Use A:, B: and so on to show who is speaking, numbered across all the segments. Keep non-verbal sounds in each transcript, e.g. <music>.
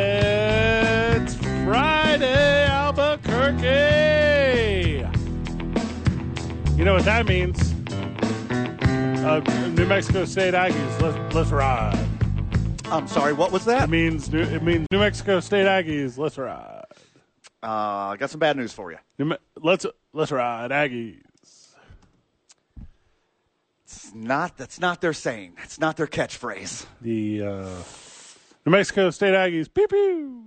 A: It's Friday, Albuquerque. You know what that means? Uh, New Mexico State Aggies, let's, let's ride.
B: I'm sorry, what was
A: It
B: that?
A: means New, it means New Mexico State Aggies, let's ride.
B: Uh, I got some bad news for you.
A: New Me- let's let's ride Aggies.
B: It's not that's not their saying. That's not their catchphrase.
A: The uh, New Mexico State Aggies, pew pew. <laughs>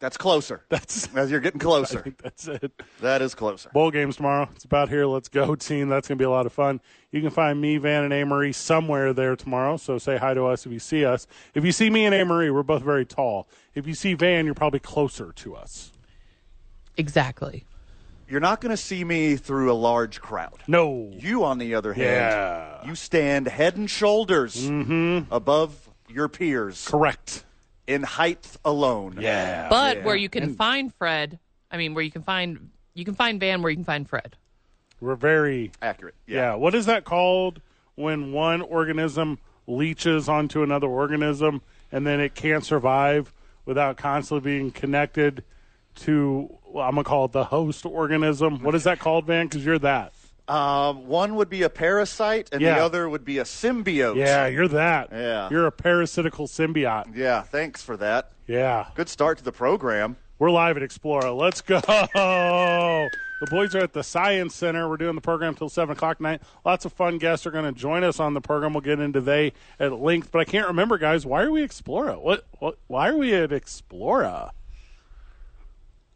B: That's closer.
A: That's
B: As you're getting
A: I
B: closer.
A: think that's it.
B: That is closer.
A: Bowl games tomorrow. It's about here. Let's go team. That's going to be a lot of fun. You can find me, Van, and Amory somewhere there tomorrow. So say hi to us if you see us. If you see me and Amory, we're both very tall. If you see Van, you're probably closer to us.
C: Exactly.
B: You're not going to see me through a large crowd.
A: No.
B: You, on the other hand,
A: Yeah. Mm-hmm.
B: you stand head and shoulders above your peers
A: Correct.
B: in height alone.
A: Oh, Yeah.
C: But where you can find Fred, I mean, where you can find you can find Van, where you can find Fred.
A: We're very.
B: Accurate.
A: Yeah. What is that called when one organism leeches onto another organism and then it can't survive without constantly being connected to, well, I'm going to call it the host organism. What is that called, Van? Because you're that.
B: Um, one would be a parasite, and
A: Yeah.
B: the other would be a symbiote.
A: Yeah, you're that.
B: Yeah.
A: You're a parasitical symbiote.
B: Yeah. Thanks for that.
A: Yeah.
B: Good start to the program.
A: We're live at Explora. Let's go. The boys are at the Science Center. We're doing the program till 7 o'clock tonight. Lots of fun guests are going to join us on the program. We'll get into they at length. But I can't remember, guys, why are we Explora? What, what Why are we at Explora?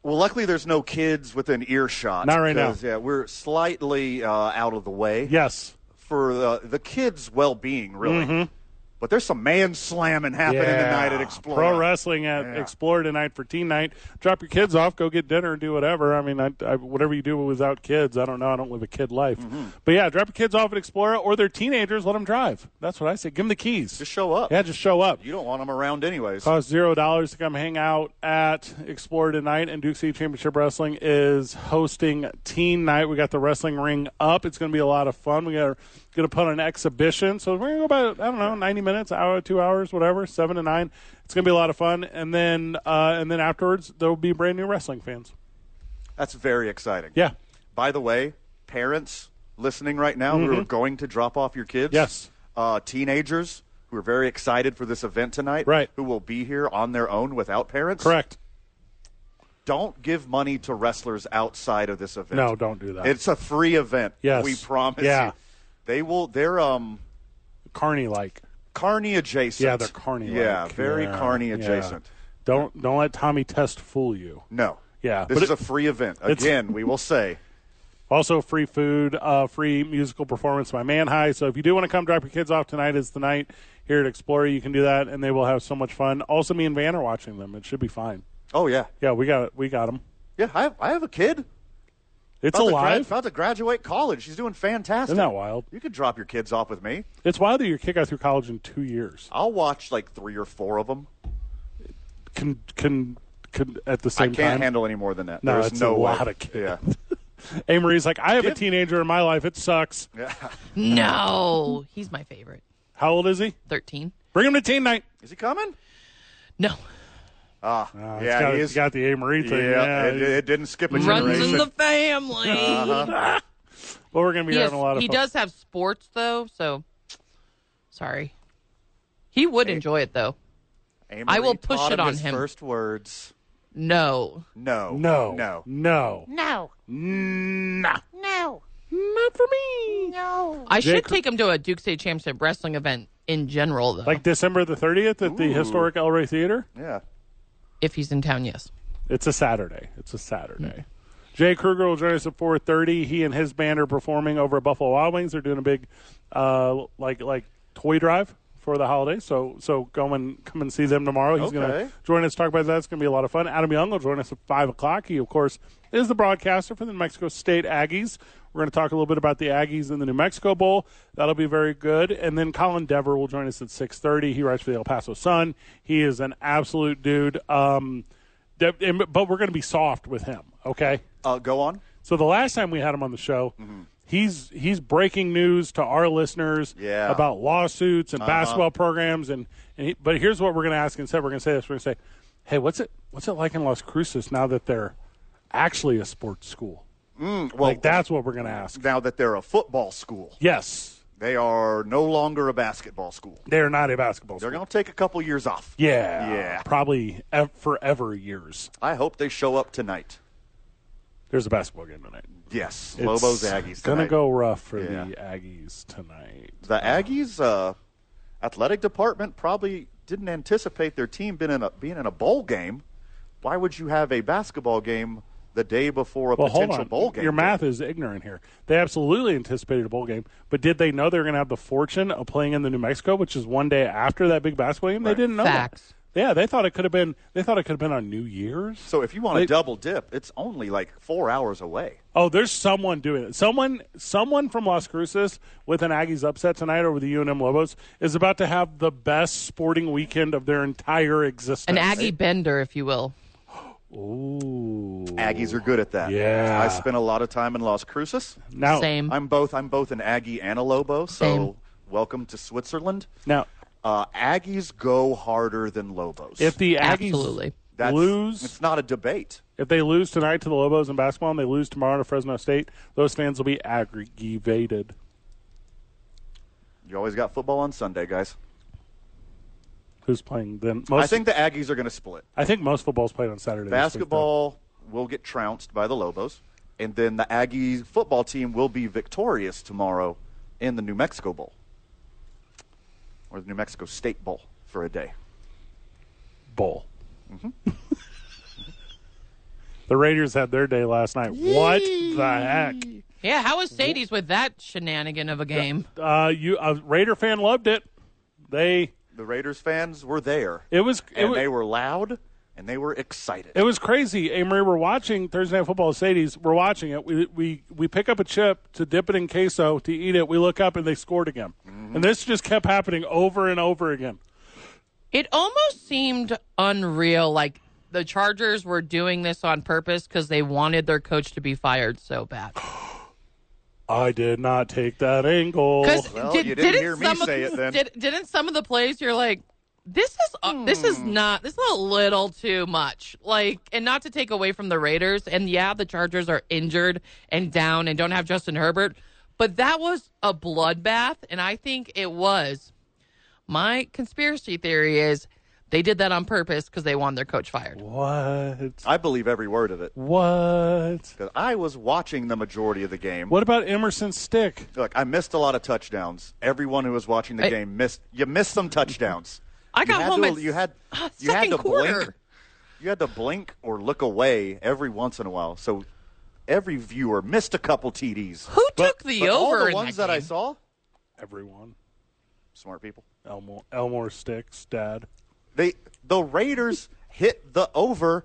B: Well, luckily, there's no kids within earshot.
A: Not right now.
B: 'cause, Yeah, we're slightly uh, out of the way
A: Yes.
B: for the, the kids' well-being, really.
A: Mm-hmm.
B: But there's some man slamming happening tonight at Explore.
A: Pro wrestling at
B: Yeah.
A: Explore tonight for teen night. Drop your kids off, go get dinner, do whatever. I mean, I, I, whatever you do without kids, I don't know. I don't live a kid life.
B: Mm-hmm.
A: But yeah, drop your kids off at Explore or they're teenagers. Let them drive. That's what I say. Give them the keys.
B: Just show up.
A: yeah, just show up.
B: You don't want them around anyways.
A: Cost Uh, zero dollars to come hang out at Explore tonight, and Duke City Championship Wrestling is hosting Teen Night. We got the wrestling ring up. It's going to be a lot of fun. We are going to put on an exhibition, so we're going to go about I don't know ninety minutes, hour, two hours, whatever, seven to nine. It's going to be a lot of fun, and then uh, and then afterwards there will be brand new wrestling fans.
B: That's very exciting.
A: Yeah,
B: By the way, parents listening right now who are going to drop off your kids.
A: Mm-hmm. Yes.
B: Uh, teenagers who are very excited for this event tonight.
A: Right.
B: Who will be here on their own without parents.
A: correct.
B: Don't give money to wrestlers outside of this event.
A: No, don't do that. It's
B: It's a free event.
A: Yes.
B: We promise
A: Yeah.
B: you. They will they're um
A: Carney like.
B: carny adjacent.
A: Yeah, they're Carney.
B: Yeah, very carny adjacent.
A: Don't don't let Tommy Test fool you.
B: No.
A: Yeah,
B: This
A: but
B: is
A: it-
B: a free event.
A: it's-
B: Again, we will say.
A: Also, free food, uh, free musical performance by Man High. So, if you do want to come drop your kids off tonight, is the night here at Explorer. You can do that, and they will have so much fun. Also, me and Van are watching them. It should be fine.
B: Oh yeah.
A: Yeah, we got we got them.
B: Yeah, I have, I have a kid.
A: It's
B: about to grad-
A: alive.
B: about to graduate college. She's doing fantastic.
A: Isn't that wild?
B: You could drop your kids off with me.
A: It's wild that your kid got through college in two years.
B: I'll watch like three or four of them.
A: Can can, can at the
B: I
A: same
B: can't
A: time.
B: handle any more than that.
A: No,
B: There's
A: it's
B: no
A: a
B: way.
A: lot of kids.
B: Yeah.
A: Amory's like, I have a teenager in my life. It sucks.
C: No, <laughs> he's my favorite.
A: How old is he?
C: Thirteen.
A: Bring him to teen night.
B: Is he coming?
C: No,
B: Ah,
A: Uh,
B: yeah,
A: it's got,
B: he
A: it's
B: is.
A: got the Amory
B: yeah,
A: thing. Yeah,
B: it, it didn't skip a
C: runs
B: generation.
C: in
A: <laughs>
C: the family.
A: but we're gonna be
C: He, has-
A: Uh-huh. having a lot of
C: he
A: fun.
C: does have sports though, so sorry. He would enjoy it though.
B: Amory
C: I will push
B: taught
C: it on
B: his
C: him.
B: First words.
C: No,
B: No.
A: No,
B: No.
A: no,
D: No.
A: no.
D: No.
A: Not for me.
D: No.
C: I should
A: Jake-
C: take him to a Duke State Championship wrestling event in general though.
A: Like December the 30th at the historic El Rey Theater.
B: Yeah.
C: if he's in town, yes.
A: It's a Saturday. It's a Saturday. Jay Kruger will join us at 4:30. He and his band are performing over at Buffalo Wild Wings. They're doing a big, uh, like like toy drive for the holiday. So so go and come and see them tomorrow. He's going
B: Okay.
A: to join us talk about that. It's going to be a lot of fun. Adam Young will join us at five o'clock. He of course is the broadcaster for the New Mexico State Aggies. We're going to talk a little bit about the Aggies in the New Mexico Bowl. That'll be very good. And then Colin Dever will join us at six thirty. He writes for the El Paso Sun. He is an absolute dude. Um, that- and- but we're going to be soft with him. Okay.
B: Uh, go on.
A: So the last time we had him on the show,
B: Mm-hmm.
A: he's he's breaking news to our listeners
B: Yeah. Uh-huh.
A: about lawsuits and basketball programs and and he, but here's what we're going to ask instead. We're going to say this. We're going to say, "Hey, what's it what's it like in Las Cruces now that they're actually a sports school?"
B: Well,
A: Like that's what we're going to ask.
B: now that they're a football school,
A: Yes,
B: they are no longer a basketball school.
A: they are not a basketball.
B: They're
A: school.
B: going to take a couple years off.
A: yeah,
B: Yeah.
A: probably ev- forever years.
B: I hope they show up tonight.
A: There's a basketball game tonight.
B: Yes, Lobos Aggies.
A: Gonna
B: tonight.
A: go rough for the
B: Yeah.
A: Aggies tonight.
B: The Aggies uh, athletic department probably didn't anticipate their team being in a being in a bowl game. Why would you have a basketball game the day before a
A: Well, hold
B: potential
A: on.
B: bowl game?
A: Your math is ignorant here. They absolutely anticipated a bowl game, but did they know they were going to have the fortune of playing in the New Mexico, which is one day after that big basketball game? They didn't know. that.
C: Facts.
A: Yeah, they thought it could have been. They thought it could have been on New Year's.
B: So if you want to
A: They-
B: double dip, it's only like four hours away.
A: Oh, there's someone doing it. Someone, someone from Las Cruces with an Aggies upset tonight over the UNM Lobos is about to have the best sporting weekend of their entire
C: An
A: existence.
C: Aggie bender, if you will.
B: Aggies are good at that.
A: Yeah.
B: I spent a lot of time in Las Cruces.
A: now,
C: Same.
B: I'm both I'm both an Aggie and a Lobo, so
C: Mm-hmm. Same.
B: welcome to Switzerland.
A: Now,
B: Uh, Aggies go harder than Lobos.
A: if the Aggies
C: Absolutely.
B: That's,
A: lose,
B: it's not a debate.
A: If they lose tonight to the Lobos in basketball and they lose tomorrow to Fresno State, those fans will be aggravated.
B: You always got football on Sunday, guys.
A: Who's playing then? Most,
B: I think the Aggies are going to split.
A: I think most football's played on Saturday. this week, though.
B: Basketball will get trounced by the Lobos, and then the Aggie football team will be victorious tomorrow in the New Mexico Bowl or the New Mexico State Bowl for a day.
A: bowl.
B: Mm-hmm.
A: <laughs> the Raiders had their day last night. What the heck?
C: Yeah, how was Sadie's with that shenanigan of a game?
A: Uh, you a Raider fan loved it. They
B: The Raiders fans were there,
A: it was it
B: and
A: was,
B: they were loud, and they were excited.
A: It was crazy. Amory, we're watching Thursday Night Football with Sadie's. We're watching it. We, we we pick up a chip to dip it in queso to eat it. We look up and they scored again. And this just kept happening over and over again.
C: It almost seemed unreal. Like the Chargers were doing this on purpose because they wanted their coach to be fired so bad.
B: Oh,
A: I did not take that angle.
C: Because
B: Well,
C: did,
B: you didn't
C: not
B: hear me
C: some
B: say
C: of,
B: it then.
C: Did, didn't some of the plays you're like, this is uh, this is
B: Hmm.
C: not this is a little too much. Like, and not to take away from the Raiders, and yeah, the Chargers are injured and down and don't have Justin Herbert, but that was a bloodbath, and I think it was. My conspiracy theory is they did that on purpose because they wanted their coach fired.
A: what?
B: I believe every word of it
A: What?
B: because I was watching the majority of the game.
A: What about Emerson Stick?
B: Look, I missed a lot of touchdowns. Everyone who was watching the
C: I-
B: game missed. You missed some touchdowns.
C: I
B: You
C: got
B: had
C: home
B: to-
C: at
B: you had
C: s-
B: you had
C: second
B: to blink.
C: quarter.
B: You had to blink or look away every once in a while. So every viewer missed a couple TDs.
C: Who took the
B: But
C: over?
B: all the
C: in
B: ones
C: that,
B: that, I
C: game?
B: saw,
A: Everyone.
B: smart people.
A: Elmore, Elmore Stick's dad.
B: They the Raiders hit the over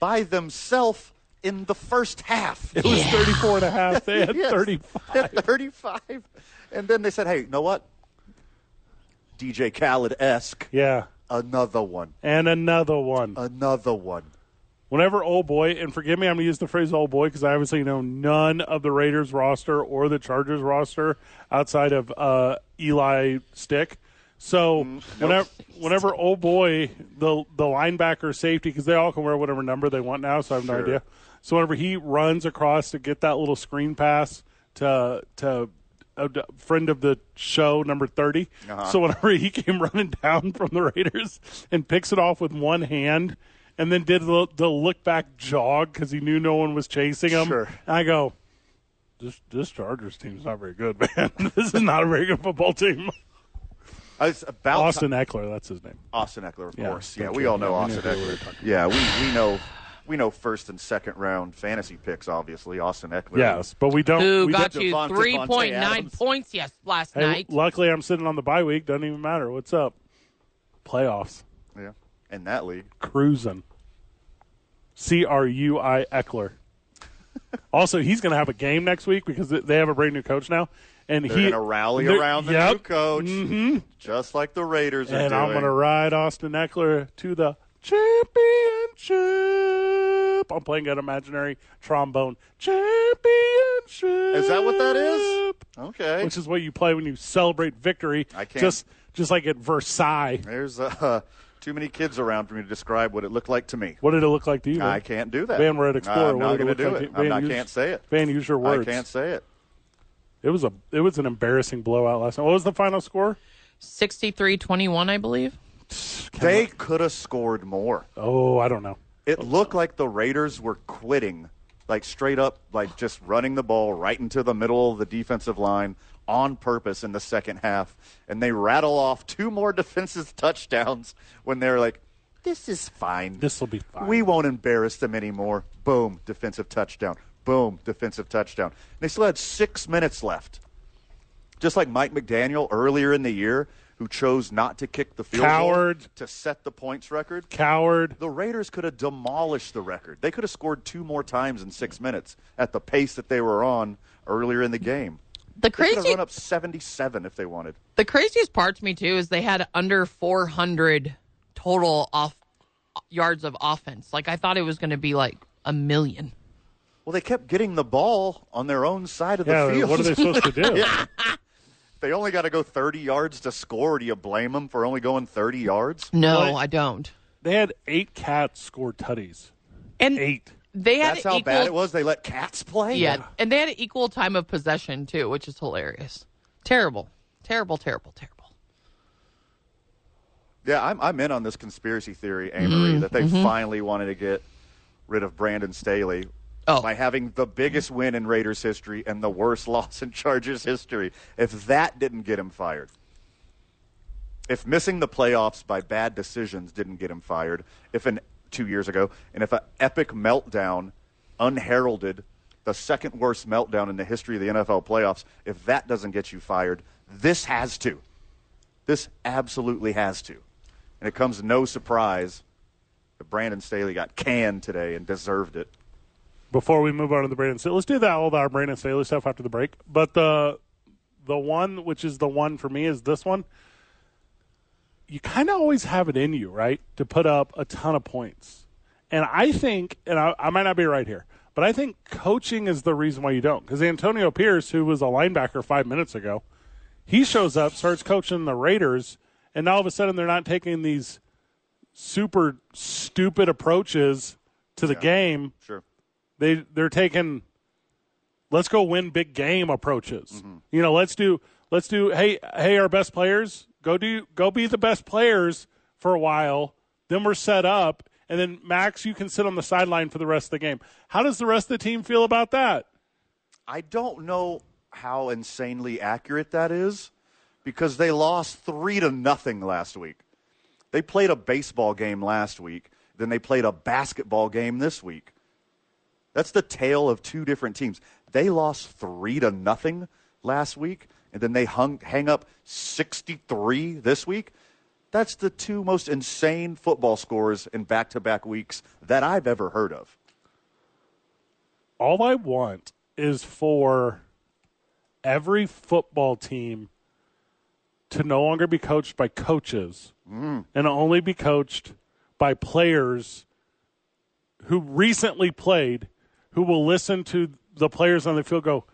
B: by themselves in the first half.
A: It was 34 and a half. <laughs> They had
B: <laughs> Yes.
A: 35.
B: at 35. And then they said, hey, you know what? DJ Khaled esque.
A: Yeah.
B: Another one.
A: And another one.
B: Another one.
A: whenever old boy and forgive me i'm going to use the phrase old boy because i obviously know none of the raiders roster or the chargers roster outside of uh, eli stick so whenever, whenever old boy the the linebacker safety because they all can wear whatever number they want now so i have no
B: Sure.
A: idea so whenever he runs across to get that little screen pass to to a d- friend of the show number 30 so whenever he came running down <laughs> from the raiders and picks it off with one hand and then did the, the look back jog because he knew no one was chasing him
B: Sure.
A: i go this this chargers team's not very good <laughs> man this is not a very good football team
B: I was about
A: austin eckler that's his name
B: Austin Eckler, of course. Yeah,
A: thank
B: we
A: you.
B: all know
A: Yeah, we
B: Austin Eckler. Yeah, we, we know we know first and second round fantasy picks, obviously. Austin Eckler.
A: Yes, but we don't.
C: Who
B: we
C: got
B: did
C: you
B: Devonta- Devontae
C: 3.9
B: Adams.
C: points yes, last
A: Hey,
C: night?
A: luckily, I'm sitting on the bye week. Doesn't even matter. What's up? Playoffs.
B: Yeah. In that league.
A: Cruising. C R U I
B: <laughs>
A: Eckler. also, he's going to have a game next week because th- they have a brand new coach now, and
B: They're
A: he
B: going to rally
A: they're-
B: around the
A: yep, Mm-hmm.
B: new coach, just like the Raiders are
A: And I'm
B: doing.
A: going to ride Austin Eckler to the championship. I'm playing an imaginary trombone. Championship.
B: Is that what that is? Okay.
A: Which is what you play when you celebrate victory.
B: I can't-
A: Just, just like at Versailles.
B: There's uh, <laughs> too many kids around for me to describe what it looked like to me.
A: What did it look like to you? Van?
B: I can't do that.
A: Van, we're at Explorer.
B: I'm
A: What
B: not
A: did
B: gonna
A: it look
B: do
A: like
B: it.
A: to-
B: I'm
A: Van,
B: not-
A: use-
B: can't say it.
A: Van, use your words.
B: I can't say it.
A: It was a, it was an embarrassing blowout last night. What was the final score?
C: 63 21, I believe.
B: They could have scored more.
A: Oh, I don't know.
B: It looked like the Raiders were quitting, like straight up,
A: <sighs>
B: like just running the ball right into the middle of the defensive line on purpose in the second half. And they rattle off two more <laughs> defensive touchdowns when they're like, this is fine.
A: This will be fine.
B: We won't embarrass them anymore. Boom, defensive touchdown. Boom, defensive touchdown. And they still had six minutes left. Just like Mike McDaniel earlier in the year, who chose not to kick the field goal
A: Coward.
B: to set the points record
A: Coward.
B: the Raiders could have demolished the record. They could have scored two more times in six minutes at the pace that they were on earlier in the game.
C: The
B: They could have
C: crazy,
B: run up 77 if they wanted.
C: the craziest part to me too is they had under 400 total off yards of offense. Like I thought it was going to be like a million.
B: Well, they kept getting the ball on their own side of the
A: Yeah,
B: field.
A: what
B: <laughs>
A: are they supposed to do?
B: They only got to go 30 yards to score. Do you blame them for only going 30 yards?
C: No,
A: What?
C: I don't.
A: They had eight cats score tutties.
C: And
A: Eight.
C: they had
B: That's how
C: equal,
B: bad it was. They let cats play.
C: Yeah, and they had equal time of possession too, which is hilarious. Terrible, terrible, terrible, terrible.
B: Yeah, I'm, I'm in on this conspiracy theory, Amory, that they finally wanted to get rid of Brandon Staley
C: Oh.
B: by having the biggest win in Raiders history and the worst <laughs> loss in Chargers history. If that didn't get him fired, if missing the playoffs by bad decisions didn't get him fired, if an two years ago, and if an epic meltdown, unheralded, the second worst meltdown in the history of the NFL playoffs, if that doesn't get you fired, this has to. This absolutely has to. And it comes no surprise that Brandon Staley got canned today and deserved it.
A: Before we move on to the Brandon Staley, let's do that all our Brandon Staley stuff after the break. But the the one which is the one for me is this one. You kind of always have it in you, right, to put up a ton of points. And I think, and I, I might not be right here, but I think coaching is the reason why you don't. Because Antonio Pierce, who was a linebacker five minutes ago, he shows up, starts coaching the Raiders, and now all of a sudden they're not taking these super stupid approaches to the game
B: Sure.
A: they they're taking let's go win big game approaches. You know, let's do let's do hey hey our best players go do go be the best players for a while. Then we're set up, and then Max, you can sit on the sideline for the rest of the game. How does the rest of the team feel about that?
B: I don't know how insanely accurate that is because they lost three to nothing last week. They played a baseball game last week, then they played a basketball game this week. That's the tale of two different teams. They lost three to nothing last week, and then they hung hang up sixty three this week. That's the two most insane football scores in back to back weeks that I've ever heard of.
A: all I want is for every football team to no longer be coached by coaches
B: Mm.
A: and only be coached by players who recently played who will listen to the players on the field go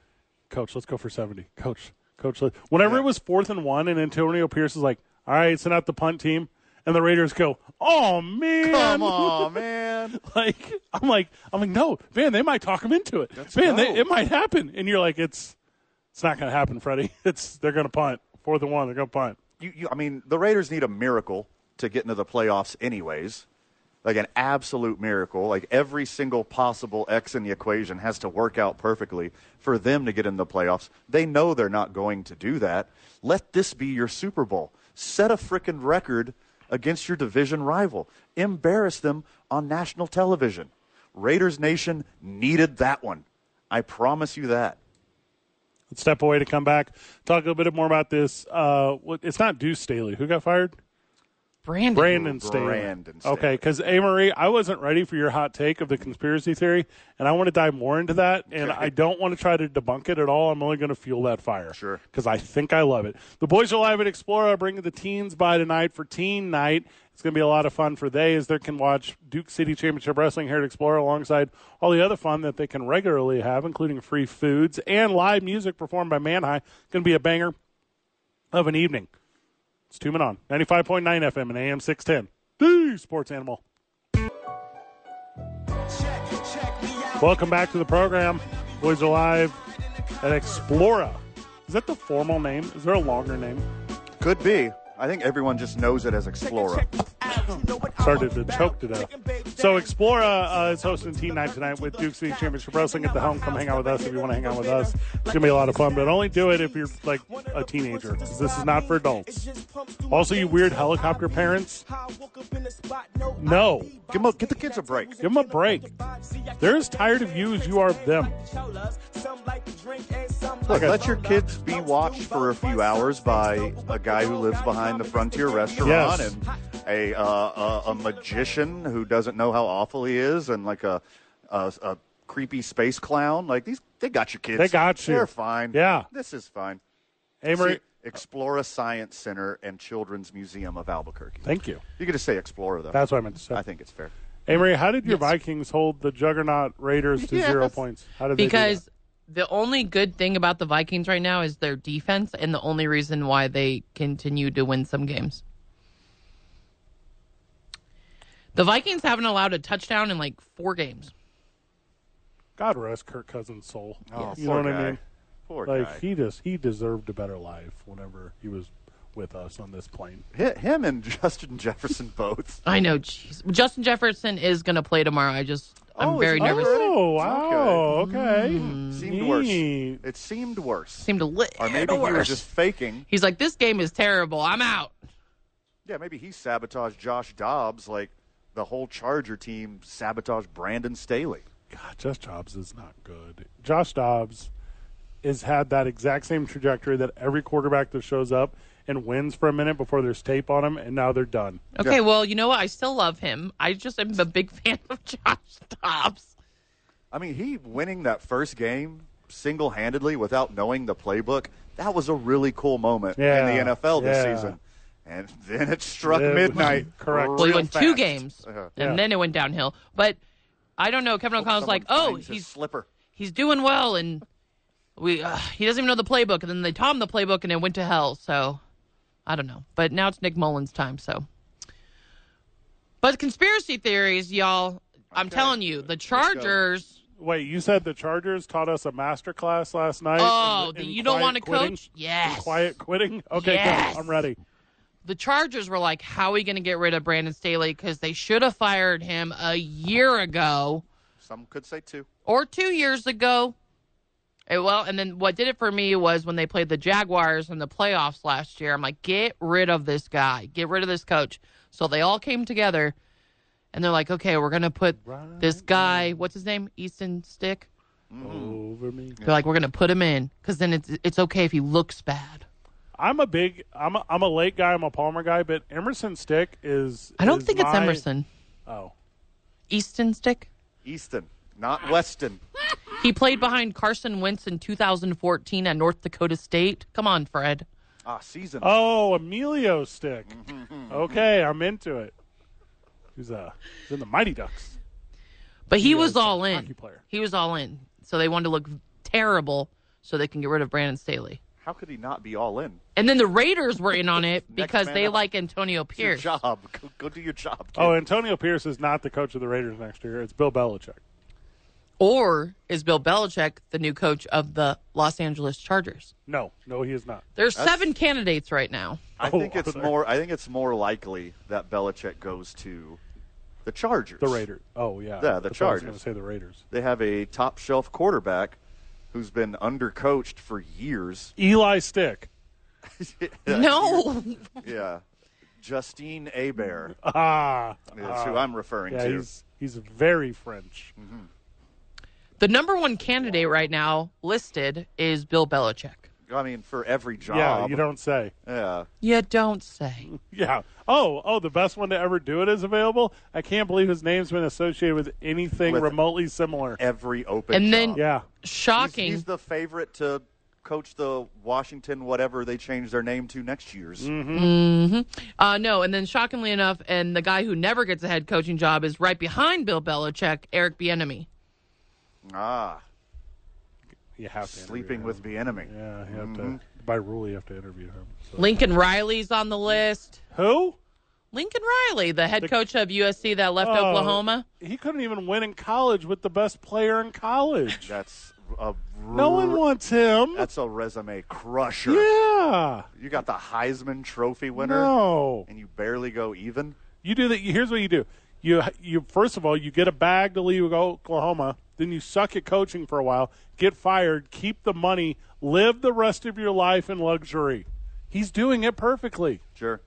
A: coach let's go for 70 coach coach let-" whenever it was fourth and one and antonio pierce is like all right send out the punt team and the raiders go oh man
B: Come on, man.
A: <laughs> like I'm like I'm like no, man, they might talk him into it. man, they,
B: go.
A: it might happen, and you're like it's it's not going to happen, Freddie. <laughs> It's they're going to punt fourth and one. They're going to punt.
B: you, you, I mean, the Raiders need a miracle to get into the playoffs, anyways. Like an absolute miracle. Like every single possible X in the equation has to work out perfectly for them to get in the playoffs. They know they're not going to do that. Let this be your Super Bowl. Set a frickin' record against your division rival. Embarrass them on national television. Raiders Nation needed that one. I promise you that.
A: Let's step away to come back. Talk a little bit more about this. Uh, what- it's not Deuce Staley. Who got fired?
C: Brandon.
A: Brandon Staley.
B: Brandon Staley.
A: Okay, because Amory, I wasn't ready for your hot take of the conspiracy theory, and I want to dive more into that. And I don't want to try to debunk it at all. I'm only going to fuel that fire.
B: Sure.
A: Because I think I love it. The boys are live at Explorer, bringing the teens by tonight for teen night. It's going to be a lot of fun for they as they can watch Duke City Championship Wrestling here at Explorer alongside all the other fun that they can regularly have, including free foods and live music performed by Manhigh. It's going to be a banger of an evening. It's Two Men On, 95.9 FM and AM 610. The Sports Animal. Welcome back to the program. Boys are live at Explora. Is that the formal name? Is there a longer name?
B: Could be. I think everyone just knows it as Explorer.
A: Started to choke to death. So Explora uh, is hosting Teen Night tonight with Duke City Championship Wrestling at the home. Come hang out with us if you want to hang out with us. It's gonna be a lot of fun, but only do it if you're like a teenager. 'cause This is not for adults. Also, you weird helicopter parents. No,
B: Give 'em a- get the kids a break.
A: give them a break. They're as tired of you as you are of them.
B: Look, let your kids be watched for a few hours by a guy who lives behind the Frontier Restaurant
A: Yes.
B: and a, uh, a a magician who doesn't know how awful he is, and like a a, a creepy space clown. Like these, they got your kids.
A: They got you.
B: They're fine.
A: Yeah.
B: this is fine.
A: Amory,
B: See, Explora Science Center and Children's Museum of Albuquerque.
A: thank you.
B: You could just say Explorer though.
A: That's what I meant to say.
B: I think it's fair.
A: Amory, how did your Vikings hold the Juggernaut Raiders to zero
B: Yes.
A: points? How did
C: because the only good thing about the Vikings right now is their defense, and the only reason why they continue to win some games. The Vikings haven't allowed a touchdown in like four games.
A: they do that? God rest Kirk Cousins' soul.
B: Oh,
A: you know
B: poor
A: what
B: guy.
A: I mean?
B: Poor
A: Like
B: guy.
A: he just he deserved a better life whenever he was with us on this plane.
B: Hi- Him and <laughs> Justin Jefferson both.
C: I know, jeez. Justin Jefferson is going to play tomorrow. I just, I'm
B: Oh, is
C: very
B: he
C: nervous.
B: already?
A: Oh
B: It's Mm.
A: wow! Okay.
B: Seemed
A: Neat.
B: worse. It seemed worse.
C: Seemed a little
B: Or maybe he was
C: worse.
B: just faking.
C: He's like, this game is terrible. I'm out.
B: Yeah, maybe he sabotaged Josh Dobbs like the whole Charger team sabotaged Brandon Staley.
A: God, Josh Dobbs is not good. Josh Dobbs has had that exact same trajectory that every quarterback that shows up and wins for a minute before there's tape on him, and now they're done.
C: Okay, well, you know what? I still love him. I just am a big <laughs> fan of Josh Dobbs.
B: I mean, he winning that first game single handedly without knowing the playbook, that was a really cool moment
A: Yeah,
B: in the NFL this
A: yeah.
B: season. And then it struck
A: Yeah,
B: midnight.
A: <laughs> correct.
B: real
C: Well, he won two
B: fast.
C: games,
B: Uh-huh.
C: and
A: Yeah.
C: then it went downhill. But I don't know. Kevin O'Connell's
B: Someone
C: like, "Oh,
B: finds his
C: he's
B: slipper.
C: he's doing well, and we uh, he doesn't even know the playbook." And then they taught him the playbook, and it went to hell. So I don't know. But now it's Nick Mullins' time. So, but conspiracy theories, y'all. I'm telling you, the Chargers.
A: Wait, you said the Chargers taught us a master class last night?
C: Oh,
A: in- in
C: that you don't
A: quiet
C: want to
A: quitting?
C: coach? Yes.
A: In quiet quitting? Okay,
C: Yes.
A: good. I'm ready.
C: the Chargers were like, "How are we going to get rid of Brandon Staley? Because they should have fired him a year ago."
B: Some could say two.
C: or two years ago. Eh, well, and then what did it for me was when they played the Jaguars in the playoffs last year. I'm like, get rid of this guy, get rid of this coach. So they all came together, and they're like, okay, we're gonna put this guy. What's his name? Easton Stick.
A: Over me.
C: They're like, we're gonna put him in because then it's it's okay if he looks bad.
A: I'm a big, I'm a, I'm a late guy, I'm a Palmer guy, but Emerson Stick is.
C: I don't
A: is
C: think it's
A: my-
C: Emerson.
A: Oh.
C: Easton Stick.
B: Easton, not Weston.
C: He played behind Carson Wentz in 2014 at North Dakota State. Come on, Fred.
B: Ah, season.
A: Oh, Emilio Stick.
B: Mm-hmm.
A: okay, I'm into it. He's, uh, he's in the Mighty Ducks.
C: But he was
A: is a
C: all
A: hockey
C: in.
A: player.
C: He was all in. So they wanted to look terrible so they can get rid of Brandon Staley.
B: How could he not be all in?
C: And then the Raiders were in
B: <laughs>
C: on it because
B: man
C: they
B: up.
C: like Antonio
B: It's your
C: Pierce.
B: job. Go, go do your job. Kid.
A: Oh, Antonio Pierce is not the coach of the Raiders next year. It's Bill Belichick.
C: Or is Bill Belichick the new coach of the Los Angeles Chargers?
A: No, no, he is not.
C: There's seven candidates right now.
B: I
A: <laughs> Oh,
B: think it's
A: sorry.
B: more. I think it's more likely that Belichick goes to the Chargers.
A: The Raiders. Oh, yeah.
B: Yeah, the
A: That's what I was
B: Chargers.
A: gonna say the Raiders.
B: They have a top shelf quarterback who's been undercoached for
C: <laughs>
B: years.
A: Eli Stick.
C: no. <laughs>
B: Yeah, <laughs> Justine Abair
A: Ah. <laughs>
B: is who I'm referring
A: Yeah,
B: to.
A: he's He's very French.
C: The number one candidate right now listed is Bill Belichick.
B: I mean, for every job.
A: Yeah, you don't say.
B: Yeah.
C: You don't say.
A: <laughs> Yeah. Oh, oh, the best one to ever do it is available. I can't believe his name's been associated with anything
B: With-
A: remotely similar.
B: Every open.
C: And then-
B: job.
A: Yeah.
B: He's-
C: Shocking.
B: He's, the favorite to coach the Washington whatever they change their name to next year's.
A: Mm.
C: Uh, no, and then shockingly enough, and the guy who never gets a head coaching job is right behind Bill Belichick, Eric Bieniemy.
B: Ah,
A: You have to.
B: sleeping
A: interview
B: with Mm-hmm. the enemy.
A: him. Yeah, you have to. By rule, you have to interview him. So-
C: Lincoln Riley's on the list.
A: Who?
C: Lincoln Riley, the head coach of USC that left
A: Oh.
C: Oklahoma.
A: He couldn't even win in college with the best player in college.
B: That's a
A: no one
B: r-
A: wants him.
B: That's a resume crusher.
A: yeah.
B: You got the Heisman Trophy winner,
A: No.
B: and you barely go even.
A: You do that. Here's what you do. You you first of all you get a bag to leave Oklahoma. Then you suck at coaching for a while, get fired, keep the money, live the rest of your life in luxury. He's doing it perfectly.
B: Sure.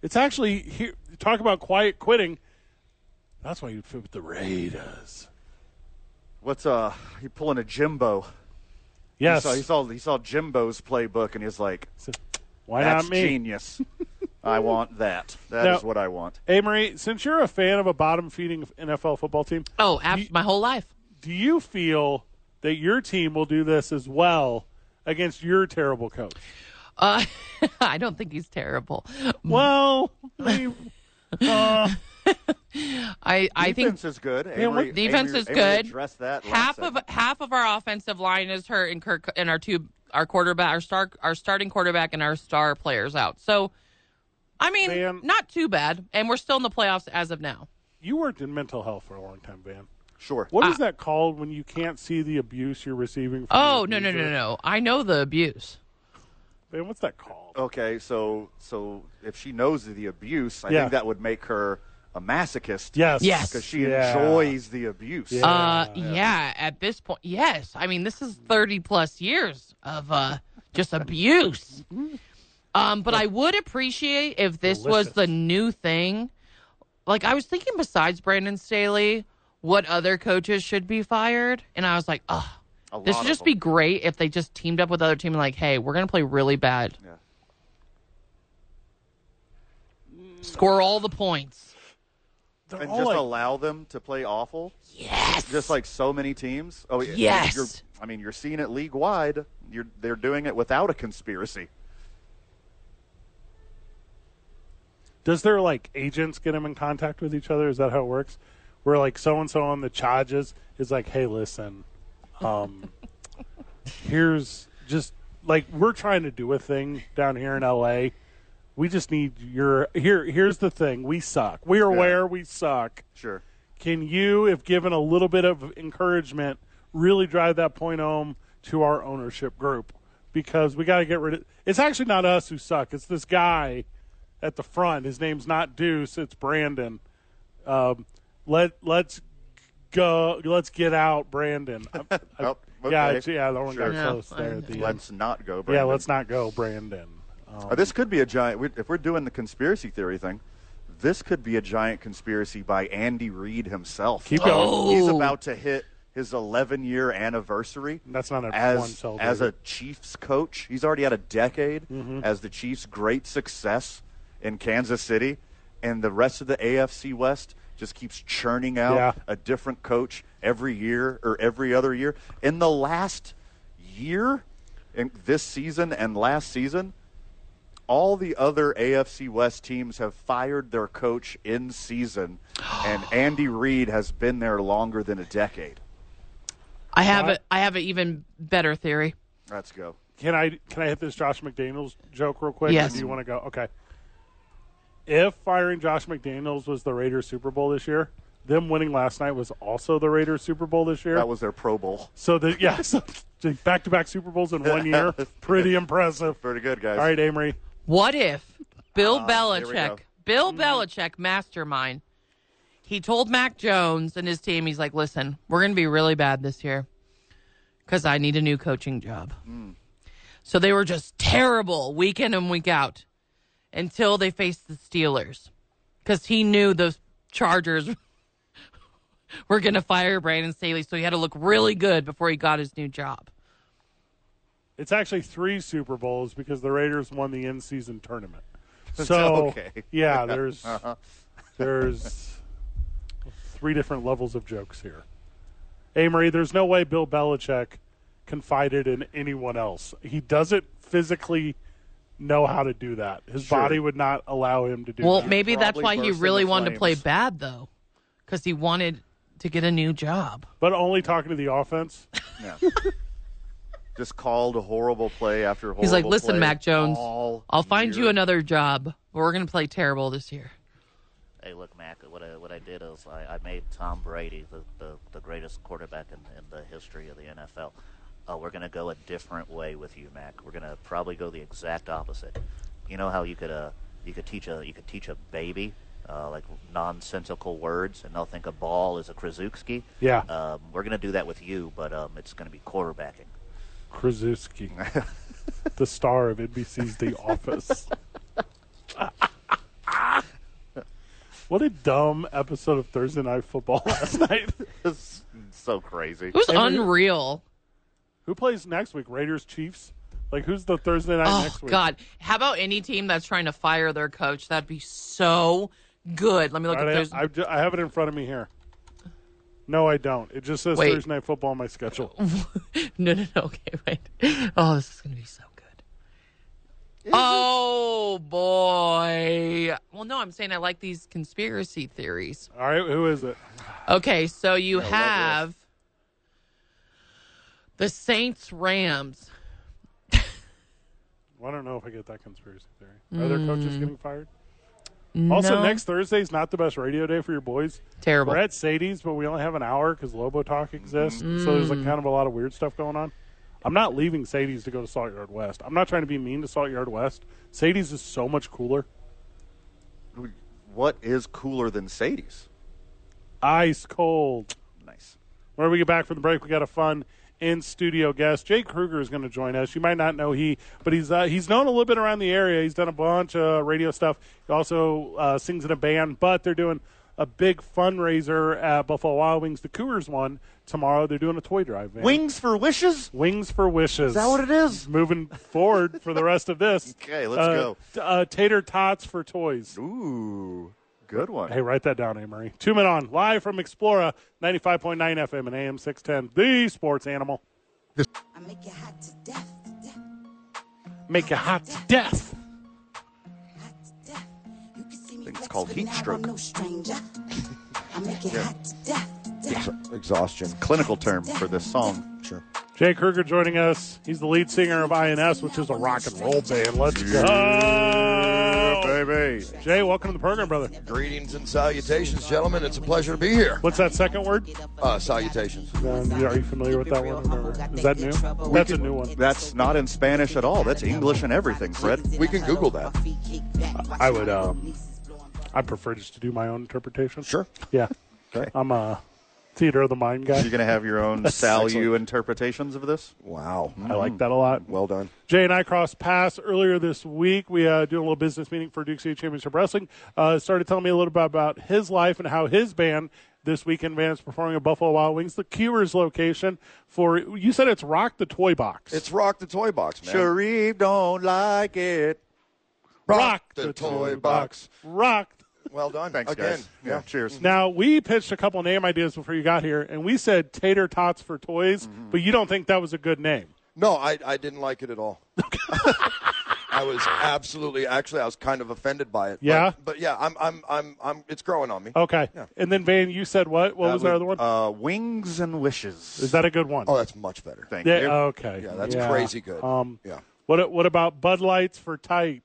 A: It's actually here. Talk about quiet quitting. That's why you fit with the Raiders.
B: What's uh? You pulling a Jimbo?
A: Yes.
B: He saw he saw, he saw Jimbo's playbook, and he's like,
A: Why
B: "That's
A: not me?
B: genius. I want that. That is
A: Now-
B: what I want."
A: Hey, Marie, since you're a fan of a bottom feeding NFL football team,
C: Oh, ab- my whole life.
A: do you feel that your team will do this as well against your terrible coach?
C: Uh, <laughs> I don't think he's terrible.
A: Well, I mean, uh,
C: I, I think
B: defense is good.
A: what-
B: Avery-
C: defense
B: Avery-
C: is
B: Avery
C: good.
B: addressed that last
C: half of
B: segment.
C: half of our offensive line is hurt, and Kirk and our two our quarterback, our star, our starting quarterback, and our star players out. So, I mean,
A: Man.
C: not too bad, and we're still in the playoffs as of now.
A: you worked in mental health for a long time, Van.
B: sure.
A: What is that called when you can't see the abuse you're receiving? From
C: Oh
A: your
C: no no no
A: abuser?
C: no! I know the abuse.
A: Van, what's that called?
B: Okay, so so if she knows the abuse, I
A: Yeah.
B: think that would make her a masochist.
A: Yes.
C: Yes.
B: because she
A: Yeah.
B: enjoys the abuse.
C: Uh, yeah. At this point, yes. I mean, this is thirty plus years of uh, just abuse. Um, but I would appreciate if this was the new thing. Like I was thinking, besides Brandon Staley, what other coaches should be fired? And I was like, oh,
B: A
C: this
B: lot
C: would
B: of
C: just
B: them.
C: be great if they just teamed up with other team. and Like, hey, we're gonna play really bad.
B: Yeah.
C: Score all the points.
A: They're
B: and
A: all
B: just
A: like-
B: allow them to play awful,
C: Yes.
B: just like so many teams. Oh, y-
C: Yes.
B: You're, I mean, you're seeing it league wide. You're they're doing it without a conspiracy.
A: Does their like agents get them in contact with each other? Is that how it works? Where like so and so on the charges is like, hey, listen, um,
C: <laughs>
A: here's just like we're trying to do a thing down here in L.A. We just need your here. Here's the thing: we suck. We're aware we suck.
B: Sure.
A: Can you, if given a little bit of encouragement, really drive that point home to our ownership group? Because we got to get rid of. It's actually not us who suck. It's this guy at the front. His name's not Deuce. It's Brandon. Um, let let's go. Let's get out,
B: <laughs>
A: Brandon. I- I-
B: Oh,
A: Yeah,
B: okay.
A: it's- yeah, that one
B: Sure.
A: got
C: No,
A: close there at the end.
B: Let's not go.
A: Yeah,
B: Brandon.
A: let's not go, Brandon. Um,
B: Uh, this could be a giant. we- If we're doing the conspiracy theory thing, this could be a giant conspiracy by Andy Reid himself.
A: Keep going.
C: Oh.
B: He's about to hit his 11 year anniversary.
A: That's not a one
B: as
A: celebrated.
B: as a Chiefs coach. He's already had a decade as the Chiefs' great success in Kansas City, and the rest of the AFC West just keeps churning out
A: Yeah.
B: a different coach every year or every other year. In the last year, in this season and last season, all the other AFC West teams have fired their coach in <gasps> season, and Andy Reid has been there longer than a decade.
C: I have a I have an even better theory.
B: Let's go.
A: Can I can I hit this Josh McDaniels joke real quick?
C: Yes.
A: Or do you want to go? Okay. If firing Josh McDaniels was the Raiders Super Bowl this year, them winning last night was also the Raiders Super Bowl this year.
B: That was their Pro Bowl.
A: so the yeah, so back to back Super Bowls in one
B: <laughs>
A: year, pretty impressive.
B: Pretty good, guys.
A: All right, Amory.
C: What if Bill
B: here Ah, we go. Mm.
C: Belichick, Bill Belichick, mastermind, he told Mac Jones and his team, he's like, listen, we're going to be really bad this year because I need a new coaching job.
B: Mm.
C: So they were just terrible week in and week out until they faced the Steelers because he knew those Chargers <laughs> we're going to fire Brandon Staley. So he had to look really good before he got his new job.
A: It's actually three Super Bowls because the Raiders won the in-season tournament. So
B: Okay.
A: yeah, there's there's three different levels of jokes here. Amory, there's no way Bill Belichick confided in anyone else. He doesn't physically know how to do that. His body would not allow him to do
C: Well,
A: that.
C: maybe that's
B: probably
C: why he
B: burst into
C: really wanted to play
B: flames.
C: bad, though, because he wanted to get a new job.
A: But only talking to the offense.
B: Yeah. <laughs> Just called a horrible play after horrible.
C: He's like, listen,
B: play
C: Mac Jones,
B: all
C: I'll find
B: year."
C: you another job, but we're going to play terrible this year.
D: Hey, look, Mac. What I what I did is I, I made Tom Brady the, the, the greatest quarterback in, in the history of the NFL. Uh, we're gonna go a different way with you, Mac. We're gonna probably go the exact opposite. You know how you could uh you could teach a you could teach a baby uh, like nonsensical words and they'll think a ball is a Krasuski.
A: Yeah.
D: Um, we're gonna do that with you, but um, it's gonna be quarterbacking.
A: Krasuski, <laughs> the star of NBC's The Office. <laughs> what a dumb episode of Thursday Night Football <laughs> last night.
B: It's so crazy.
C: It was
A: Every-
C: unreal.
A: Who plays next week? Raiders, Chiefs? Like, who's the Thursday night
C: Oh,
A: next week?
C: God. How about any team that's trying to fire their coach? That'd be so good. Let me look
A: All right,
C: at those.
A: I, I've ju- I have it in front of me here. No, I don't. It just says
C: Wait.
A: Thursday Night Football on my
C: <laughs>
A: schedule.
C: <laughs> No, no, no. Okay, wait. Oh, this is going to be so good. oh, boy. Well, no, I'm saying I like these conspiracy theories.
A: All right, who is it?
C: Okay, so you have the Saints Rams.
A: Well, I don't know if I get that conspiracy theory. Are their coaches getting fired? Also,
C: Mm. No.
A: next Thursday's not the best radio day for your boys.
C: Terrible.
A: We're at Sadie's, but we only have an hour because Lobo Talk exists. So there's like
C: Mm.
A: kind of a lot of weird stuff going on. I'm not leaving Sadie's to go to Salt Yard West. I'm not trying to be mean to Salt Yard West. Sadie's is so much cooler.
B: What is cooler than Sadie's?
A: Ice cold.
B: Nice.
A: When we get back from the break, we got a fun in studio guest. Jake Kruger is going to join us. You might not know he, but he's uh, he's known a little bit around the area. He's done a bunch of radio stuff. He also uh, sings in a band, but they're doing a big fundraiser at Buffalo Wild Wings. The Cougars one tomorrow. They're doing a toy drive. man.
B: Wings for wishes.
A: Wings for Wishes. Is
B: that what it is?
A: Moving forward for the rest of this.
B: <laughs> Okay, let's
A: Uh,
B: go.
A: t- Uh, tater tots for toys.
B: Ooh, good one.
A: Hey, write that down, Amory. Two men on live from Explora, ninety-five point nine FM and AM six ten. The Sports Animal.
E: I make you hot to death, to death,
A: Make you hot to death.
E: hot to death. You can see me
B: think it's
E: flex,
B: called
E: but
B: heat
E: now
B: stroke.
E: I'm no stranger. I make you hot to death, to death.
F: Exhaustion.
B: Clinical term for this song.
F: Sure.
A: Jay Kruger joining us. He's the lead singer of INS, which is a rock and roll band. Let's go,
B: Baby.
A: Jay. Welcome to the program, brother.
F: Greetings and salutations, gentlemen. It's a pleasure to be here.
A: What's that second word?
F: Uh, salutations.
A: John, you- Um, are you familiar with that one? or- Is that new? That's a new one.
B: That's not in Spanish at all. That's English and everything, Fred.
F: We can Google that.
A: I would. Um, I prefer just to do my own interpretation.
F: Sure.
A: Yeah.
F: Okay.
A: I'm a theater of the mind
B: You're
A: <laughs> guy.
B: going to have your own Salu interpretations of this?
F: Wow.
A: I like that a lot.
F: Mm. Well done.
A: Jay and I crossed paths earlier this week. We uh, doing a little business meeting for Duke City Championship Wrestling. Uh, started telling me a little bit about his life and how his band this weekend band is performing at Buffalo Wild Wings, the Cures location for you said it's Rock the Toy Box.
F: It's Rock the Toy Box, man.
B: Sharif don't like it.
F: Rock, the, Toy Box.
A: Rock.
F: Well done.
B: Thanks,
F: Again.
B: guys. Yeah, cheers.
A: Now we pitched a couple name ideas before you got here, and we said Tater Tots for Toys,
F: Mm-hmm.
A: but you don't think that was a good name.
F: No, I, I didn't like it at all. <laughs> I was absolutely actually I was kind of offended by it. But-
A: Yeah? Oh.
F: But, yeah, I'm I'm I'm I'm it's growing on me.
A: Okay. And then Van, you said what? What was
B: That
A: our other one?
B: Uh, wings and wishes.
A: Is that a good one?
F: Oh, that's much better.
B: Thank
A: yeah. uh,
B: you.
A: Okay.
F: Yeah, that's crazy good.
A: Um,
F: yeah.
A: What What about Bud Lights for tight?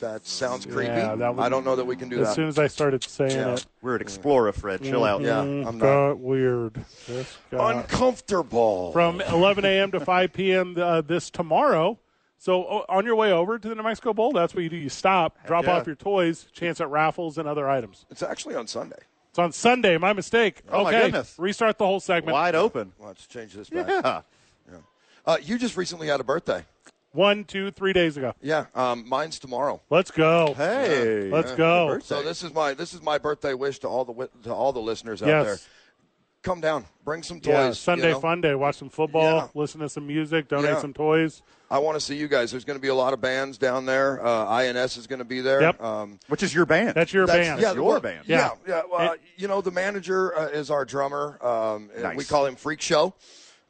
F: That sounds creepy.
A: that would-
F: I don't know that we can do
A: As
F: that.
A: soon as I started saying
F: Yeah. Mm-hmm.
A: it,
B: We're at Explorer, Fred. Chill out.
F: yeah,
A: mm,
F: I'm not
A: got weird. This got-
F: uncomfortable.
A: From 11 a.m. to 5 p.m. Uh, this tomorrow. So o- on your way over to the New Mexico Bowl, that's what you do. You stop, drop
B: yeah.
A: off your toys, chance at raffles and other items.
F: it's actually on Sunday.
A: It's on Sunday. My mistake.
B: Oh, my
A: okay.
B: goodness.
A: Restart the whole segment.
B: Wide open.
F: Let's change this back.
B: Yeah.
F: Uh, you just recently had a birthday.
A: One, two, three days ago.
F: Yeah, um, mine's tomorrow.
A: Let's go.
B: Hey,
A: Let's go.
F: So this is my this is my birthday wish to all the wi- to all the listeners out there.
A: Yes.
F: Come down, bring some toys.
A: Yeah,
F: you
A: Sunday
F: know?
A: fun day. Watch some football,
F: Yeah.
A: listen to some music, donate
F: Yeah.
A: some toys.
F: I want to see you guys. There's going to be a lot of bands down there. Uh, INS is going to be there.
A: Yep.
F: Um,
B: which is your band.
A: That's your
F: That's-
A: band.
F: yeah,
B: your band.
F: yeah,
A: Yeah.
F: yeah. well, you know, the manager uh, is our drummer. Um, and
B: Nice.
F: We call him Freak Show.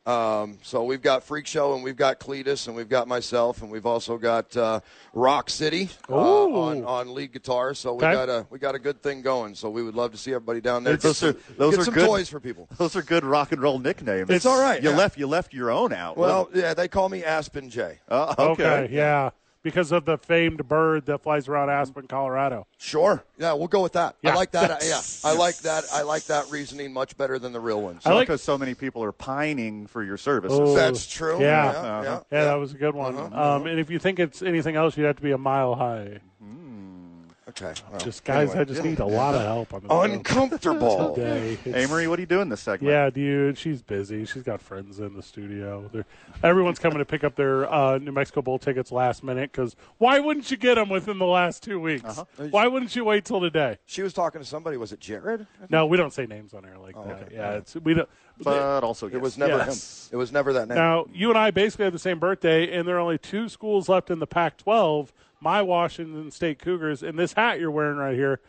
F: Um, so we've got Freak Show, and we've got Cletus, and we've got myself, and we've also got uh, Rock City uh,
A: Ooh.
F: on on lead guitar. So we
A: Okay.
F: got a we got a good thing going. So we would love to see everybody down there.
B: It's- those are- those
F: get
B: are
F: some
B: good.
F: toys for people.
B: <laughs> Those are good rock and roll nicknames.
A: It's all right,
B: You
F: yeah.
B: left you left your own out.
F: Well, yeah, they call me Aspen J.
B: Uh, okay.
A: Okay. yeah. Because of the famed bird that flies around Aspen, Colorado.
F: Sure. Yeah, we'll go with that. I
A: Yeah.
F: like that. uh, yeah, I like that. I like that reasoning much better than the real one. So
A: I like-
B: because so many people are pining for your services.
A: Oh.
F: that's true.
A: Yeah.
F: Yeah.
A: Yeah,
F: yeah, Uh-huh.
A: that was a good one. Um, and if you think it's anything else, you'd have to be a mile high. Uh-huh.
F: Okay. well,
A: Just guys,
F: anyway.
A: I just need a lot of help on the
F: uncomfortable.
A: day. It's-
B: Amory, what are you doing this segment?
A: Yeah, dude, she's busy. She's got friends in the studio. They're, everyone's coming to pick up their uh, New Mexico Bowl tickets last minute because why wouldn't you get them within the last two weeks?
F: Uh-huh.
A: Why wouldn't you wait till today?
F: <laughs> She was talking to somebody. Was it Jared?
A: No, we don't say names on air
F: Oh,
A: like that. Yeah, it's we don't.
B: But also, yes.
F: It was never
A: Yes.
F: him. It was never that name.
A: Now, you and I basically have the same birthday, and there are only two schools left in the Pac 12 my Washington State Cougars, and this hat you're wearing right here,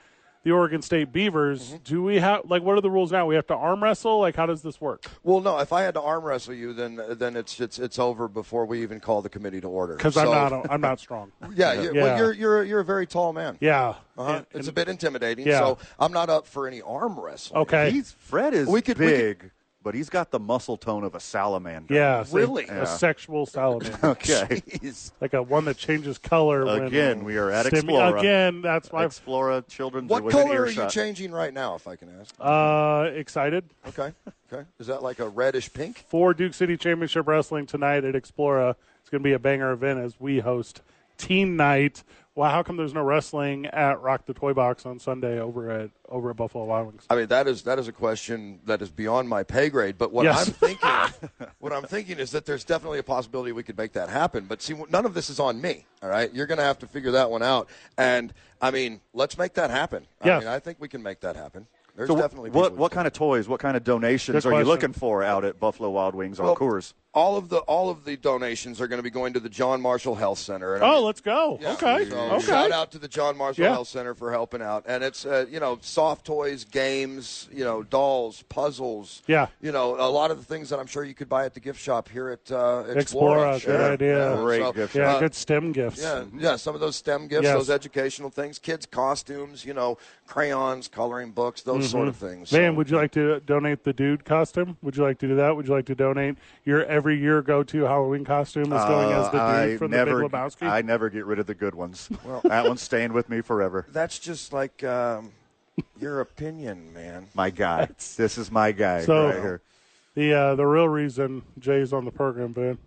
A: the Oregon State Beavers.
B: Mm-hmm.
A: Do we have, like, what are the rules now? We have to arm wrestle? Like, how does this work?
F: Well, no. If I had to arm wrestle you, then then it's it's it's over before we even call the committee to order.
A: Because
F: So-
A: I'm, not, I'm not strong.
F: Yeah, you Well,
A: Yeah.
F: you're you're you're a very tall man.
B: <laughs>
A: Yeah.
F: Uh-huh.
A: And-
F: it's
A: and-
F: a bit intimidating.
A: Yeah. Oh,
F: So I'm not up for any arm wrestling.
A: okay.
B: He's Fred is
F: We could- we
B: big, but he's got the muscle tone of a salamander.
A: yeah. so
B: really.
A: A
B: Yeah.
A: sexual salamander.
B: <laughs> Okay.
F: <laughs> Jeez.
A: like a one that changes color. when-
B: Again, we are at
A: Stimu-
B: Explora.
A: Again, that's why.
B: Explora Children's.
F: What
B: within
F: color are you
B: earshot.
F: changing right now, if I can ask?
A: Uh, excited.
F: Okay. Okay. Is that like a reddish pink?
A: for Duke City Championship Wrestling tonight at Explora. It's going to be a banger event as we host Teen Night. Well, how come there's no wrestling at Rock the Toy Box on Sunday over at over at Buffalo Wild Wings?
F: I mean, that is that is a question that is beyond my pay grade. But what
A: Yes.
F: I'm thinking,
A: <laughs>
F: what I'm thinking is that there's definitely a possibility we could make that happen. But see, none of this is on me. All right, you're going to have to figure that one out. And I mean, let's make that happen. I
A: Yes.
F: mean, I think we can make that happen. There's
B: So wh-
F: definitely
B: what
F: people-
B: what kind of toys, what kind of donations
A: Good
B: are you
A: question.
B: looking for out at Buffalo Wild Wings or
F: Well,
B: Coors?
F: All of the all of the donations are going to be going to the John Marshall Health Center. And I
A: Oh,
F: mean,
A: let's go.
F: Yeah.
A: Okay.
F: So Shout
A: okay.
F: out to the John Marshall
A: Yeah.
F: Health Center for helping out. And it's, uh, you know, soft toys, games, you know, dolls, puzzles.
A: Yeah.
F: You know, a lot of the things that I'm sure you could buy at the gift shop here at uh, Explora.
A: Explora, good
F: Sure.
A: idea.
F: Yeah,
B: Great
F: so,
B: gift
A: Yeah,
F: uh,
A: good STEM gifts.
F: yeah, yeah, some of those STEM gifts,
A: Yes.
F: those educational things, kids' costumes, you know, crayons, coloring books, those sort of things.
A: Mm-hmm. Man,
F: So-
A: would you like to donate the dude costume? Would you like to do that? Would you like to donate your every year go to Halloween costume is going as the dude
B: Uh, I
A: from
B: never,
A: the Big Lebowski?
B: I never get rid of the good ones. <laughs> that one's staying with me forever.
F: That's just like um, your opinion, man.
A: <laughs>
B: My guy. this is my guy
A: So-
B: right here.
A: the uh, the real reason Jay's on the program, Ben,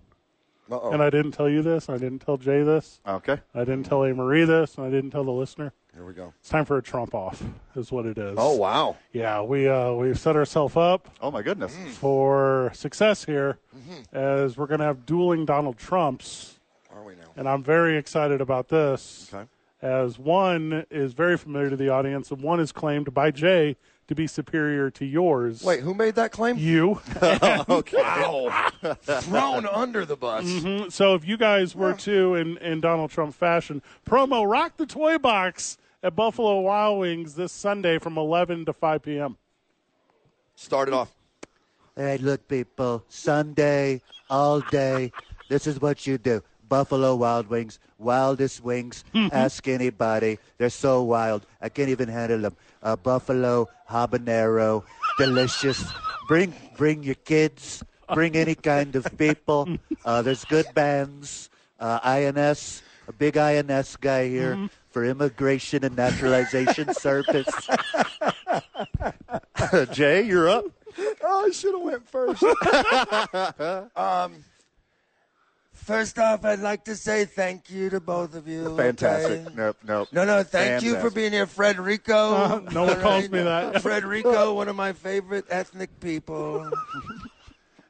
F: Uh-oh.
A: and I didn't tell you this, I didn't tell Jay this,
B: Okay.
A: I didn't tell A. Marie this, and I didn't tell the listener.
F: here we go.
A: It's time for a trump off, is what it is.
F: Oh, wow.
A: yeah, we uh, we've set ourselves up
B: Oh my goodness.
A: Mm. for success here,
F: Mm-hmm.
A: as we're going to have dueling Donald Trumps,
F: Are we now?
A: and I'm very excited about this.
F: Okay.
A: As one is very familiar to the audience, and one is claimed by Jay to be superior to yours.
F: Wait, who made that claim?
A: you. <laughs>
F: Wow. Thrown under the bus.
A: So if you guys were to, in, in Donald Trump fashion, promo Rock the Toy Box at Buffalo Wild Wings this Sunday from 11 to 5 p.m.
F: Started off.
G: All right, look, people, Sunday, all day, this is what you do. Buffalo Wild Wings, wildest
A: <laughs>
G: wings. Ask anybody. They're so wild. I can't even handle them. Uh, buffalo habanero, delicious. Bring, bring your kids. Bring any kind of
A: <laughs>
G: people. Uh, there's good bands. Uh, INS, a big INS guy here
A: Mm-hmm.
G: for Immigration and Naturalization Service.
B: <laughs> Jay, you're up.
F: <laughs> Oh, I should have went first. um,
H: First off, I'd like to say thank you to both of you.
B: <laughs> Fantastic.
H: okay?
B: Nope, nope.
H: No, no, thank you for
B: Fantastic.
H: being here, Frederico.
A: no
F: <laughs>
H: <laughs>
A: one calls me
G: <laughs>
A: that.
H: Frederico, one of my favorite ethnic people.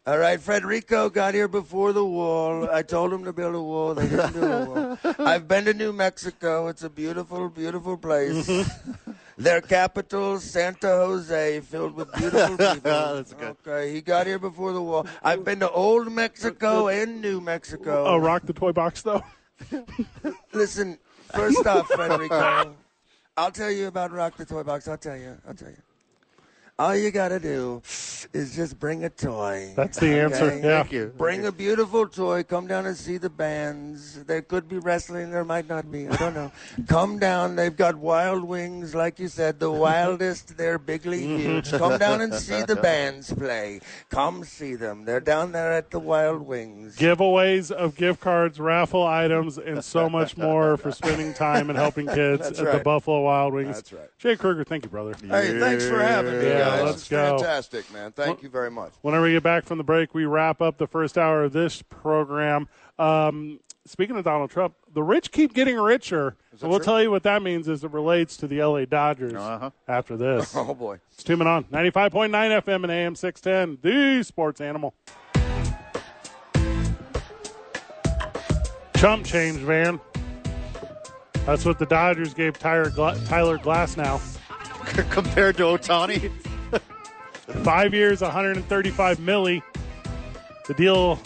H: All right, Frederico got here before the wall. I told him to build a wall. They didn't do a
G: <laughs>
H: wall. I've been to New Mexico. It's a beautiful,
G: <laughs>
H: beautiful place. Their capital, Santa Jose, filled with
G: <laughs>
H: beautiful people.
G: That's good.
H: Okay, he got here before the wall. I've been to Old Mexico
G: Uh,
H: and New Mexico.
A: Oh, rock the toy box though.
H: Listen, first off,
A: <laughs>
H: Federico, I'll tell you about Rock the Toy Box. I'll tell you. I'll tell you. All you gotta do is just bring a toy.
A: That's the answer.
H: Okay.
A: Yeah.
G: Thank you.
H: Bring a beautiful toy. Come down and see the bands. There could be wrestling. There might not be. I don't
A: <laughs>
H: know. Come down. They've got wild wings, like you said, the wildest. They're bigly
A: <laughs>
H: huge. Come down and see the bands play. Come see them. They're down there at the Wild Wings.
A: Giveaways of gift cards, raffle items, and so much more for spending time and <laughs> helping kids at the
F: right.
A: Buffalo Wild Wings.
F: That's right.
A: Jay Kruger, thank you, brother.
F: Hey, thanks for having me,
A: Yeah,
F: guys.
A: let's
F: it's
A: go.
F: fantastic, man. Thank you very much.
A: Whenever we get back from the break, we wrap up the first hour of this program. Um, speaking of Donald Trump, the rich keep getting richer. And we'll tell you what that means as it relates to the LA Dodgers after <laughs> this.
F: Oh boy.
A: It's Tuning On 95.9 FM and AM 610, the sports animal. Chump change, man. That's what the Dodgers gave Tyler, Gla- Tyler Glass now.
B: <laughs> Compared to Otani,
A: Five years, 135 milli. The deal,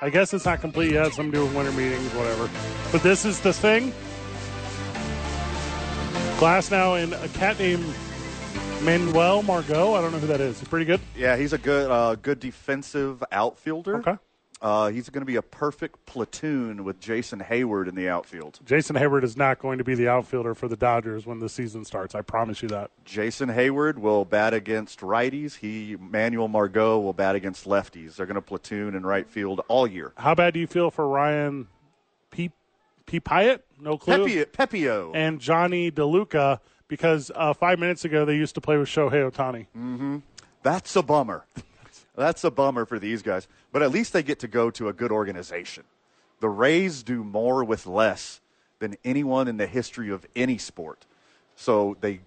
A: I guess it's not complete yet. Some do with winter meetings, whatever. But this is the thing. Glass now and a cat named Manuel Margot. I don't know who that is. He's pretty good.
B: yeah, he's a good, uh, good defensive outfielder.
A: Okay.
B: Uh, he's going to be a perfect platoon with Jason Hayward in the outfield.
A: Jason Hayward is not going to be the outfielder for the Dodgers when the season starts. I promise you that.
B: Jason Hayward will bat against righties. He Manuel Margot will bat against lefties. They're going to platoon in right field all year.
A: How bad do you feel for Ryan P. P. Pyatt? No clue.
B: Pepe, Pepio.
A: and Johnny DeLuca because uh, five minutes ago they used to play with Shohei Otani.
B: Mm-hmm. That's a bummer. <laughs> That's a bummer for these guys. But at least they get to go to a good organization. The Rays do more with less than anyone in the history of any sport. So they,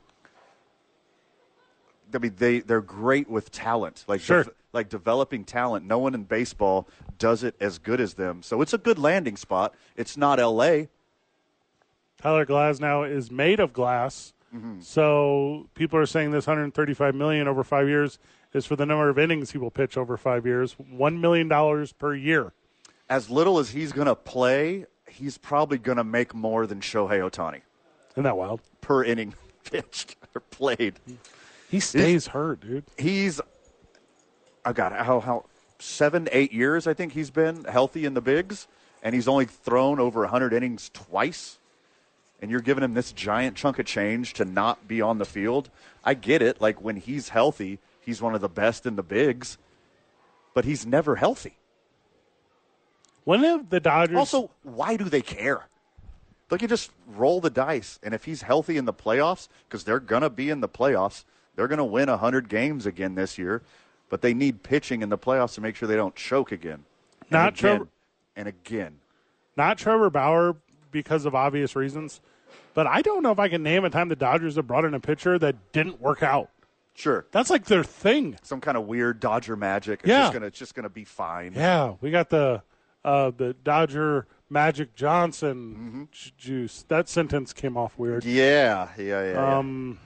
B: I mean, they they're great with talent. Like
A: Sure.
B: like developing talent. No one in baseball does it as good as them. So it's a good landing spot. It's not L.A.
A: Tyler Glasnow is made of glass,
B: Mm-hmm.
A: so people are saying this 135 million over five years is for the number of innings he will pitch over five years, one million dollars per year.
B: As little as he's going to play, he's probably going to make more than Shohei Otani
A: Isn't that wild?
B: per inning <laughs> pitched or played.
A: He stays hurt, dude.
B: he's I got how how seven eight years I think he's been healthy in the bigs, and he's only thrown over 100 innings twice. And you're giving him this giant chunk of change to not be on the field. I get it. Like when he's healthy, he's one of the best in the bigs, but he's never healthy.
A: When have the Dodgers?
B: Also, why do they care? They can just roll the dice, and if he's healthy in the playoffs, because they're gonna be in the playoffs, they're gonna win hundred games again this year. But they need pitching in the playoffs to make sure they don't choke again. And
A: Not
B: again,
A: Trevor-
B: and again.
A: not Trevor Bauer because of obvious reasons, but I don't know if I can name a time the Dodgers have brought in a pitcher that didn't work out.
B: Sure,
A: That's like their thing.
B: some kind of weird Dodger magic. It's
A: Yeah.
B: just gonna it's just gonna be fine.
A: Yeah, we got the uh, the Dodger Magic Johnson ju- juice. That sentence came off weird.
B: yeah, yeah. yeah, yeah.
A: Um,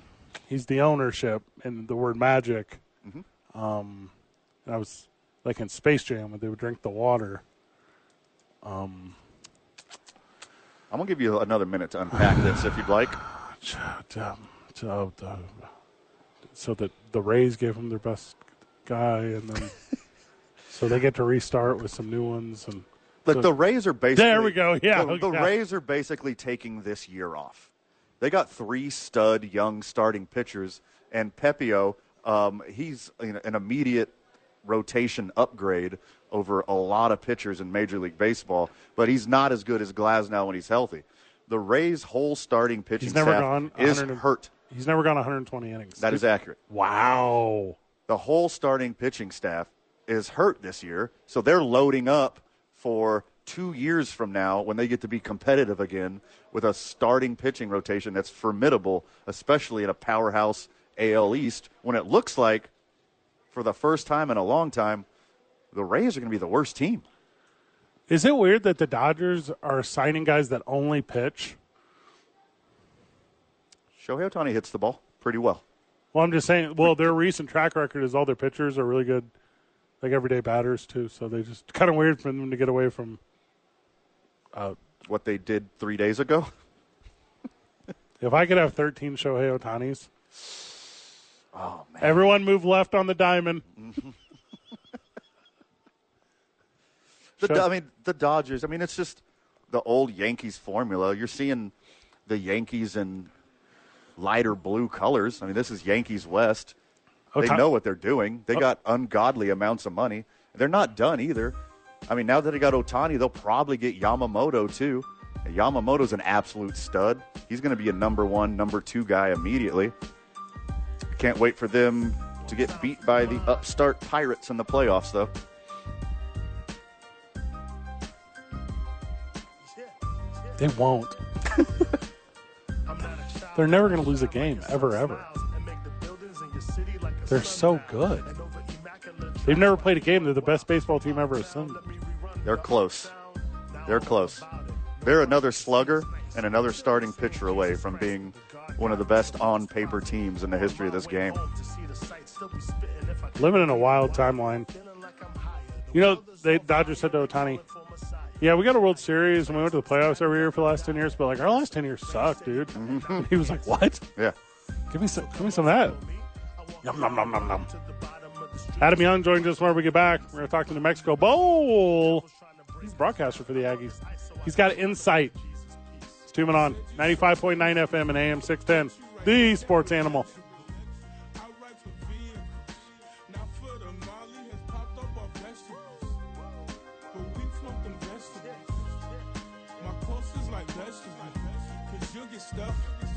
A: He's the ownership and the word magic. Um, and I was like in Space Jam when they would drink the water.
B: I'm gonna give you another minute to unpack this if you'd like.
A: So um, uh, the, so that the Rays gave him their best guy, and <laughs> then so they get to restart with some new ones. And
B: Like the Rays are basically
A: There we go. Yeah,
B: the, the
A: okay.
B: Rays are basically taking this year off. They got three stud young starting pitchers, and Pepio, um, he's an an immediate rotation upgrade over a lot of pitchers in Major League Baseball, but he's not as good as Glasnow when he's healthy. The Rays' whole starting pitching
A: He's never
B: staff
A: gone
B: is
A: 100
B: hurt.
A: he's never gone 120 innings.
B: That is accurate
A: wow.
B: the whole starting pitching staff is hurt this year, so they're loading up for two years from now when they get to be competitive again with a starting pitching rotation that's formidable, especially at a powerhouse AL East, when it looks like for the first time in a long time, the Rays are going to be the worst team.
A: Is it weird that the Dodgers are signing guys that only pitch?
B: Shohei Otani hits the ball pretty well.
A: Well, I'm just saying. Well, their recent track record is all their pitchers are really good, like everyday batters too. So they just kind of weird for them to get away from.
B: What they did three days ago.
A: If I could have 13 Shohei Otanis, oh man! Everyone move left on the diamond.
B: The,
A: Sure.
B: I mean, the Dodgers. I mean, it's just the old Yankees formula. You're seeing the Yankees in lighter blue colors. I mean, this is Yankees West. they
A: Ota-
B: know what they're doing. They got ungodly amounts of money. They're not done either. I mean, now that they got Otani, they'll probably get Yamamoto too. And Yamamoto's an absolute stud. He's going to be a number one, number two guy immediately. Can't wait for them to get beat by the upstart Pirates in the playoffs, though.
A: They won't. <laughs> They're never going to lose a game ever, ever. They're so good. They've never played a game. They're the best baseball team ever assembled.
B: They're close. They're close. They're another slugger and another starting pitcher away from being one of the best on paper teams in the history of this game.
A: Living in a wild timeline. You know, they Dodgers said to Otani, "Yeah, we got a World Series and we went to the playoffs every year for the last ten years, but like our last ten years sucked, dude." <laughs> He was like, "What?
B: Yeah.
A: Give me some. Give me some of that." Yum nom nom nom nom. Adam Young joins us when we get back. We're going to talk to New Mexico Bowl. He's a broadcaster for the Aggies. He's got insight. It's tuning on 95.9 FM and AM 610. The sports animal.
I: My closest like vegetables, cause you'll get stuffed.